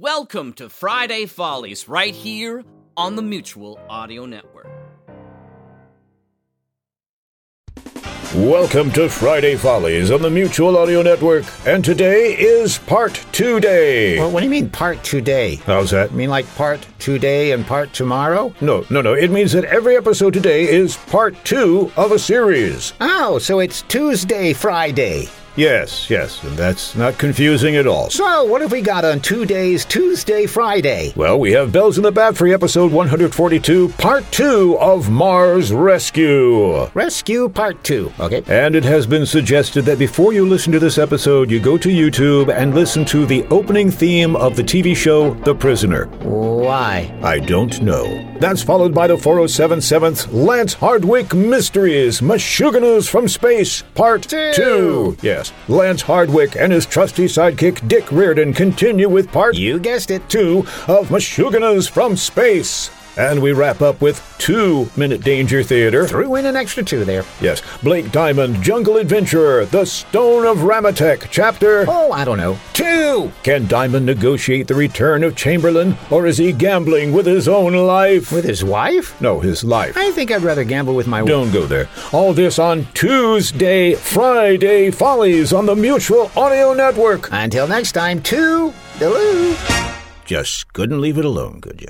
Welcome to Friday Follies, right here on the Mutual Audio Network. Welcome to Friday Follies on the Mutual Audio Network, and today is part two day. Well, what do you mean part today? How's that? I mean like part today and part tomorrow? No, no, no. It means that every episode today is part two of a series. Oh, so it's Tuesday, Friday. Yes, yes, and that's not confusing at all. So what have we got on two days, Tuesday, Friday? Well, we have Bells in the Bat Free, episode 142, part two of Mars Rescue. Rescue Part 2. Okay. And it has been suggested that before you listen to this episode, you go to YouTube and listen to the opening theme of the TV show The Prisoner. Why? I don't know. That's followed by the 4077th Lance Hardwick Mysteries, Meshuganas from Space, Part Two. 2. Yes, Lance Hardwick and his trusty sidekick Dick Reardon continue with Part You guessed it. 2 of Meshuganas from Space. And we wrap up with Two Minute Danger Theater. Threw in an extra two there. Yes, Blake Diamond, Jungle Adventurer, The Stone of Ramatek, Chapter Oh, I don't know. 2. Can Diamond negotiate the return of Chamberlain, or is he gambling with his own life? With his wife? No, his life. I think I'd rather gamble with my wife. Don't go there. All this on Tuesday, Friday Follies on the Mutual Audio Network. Until next time, two, Deloo. Just couldn't leave it alone, could you?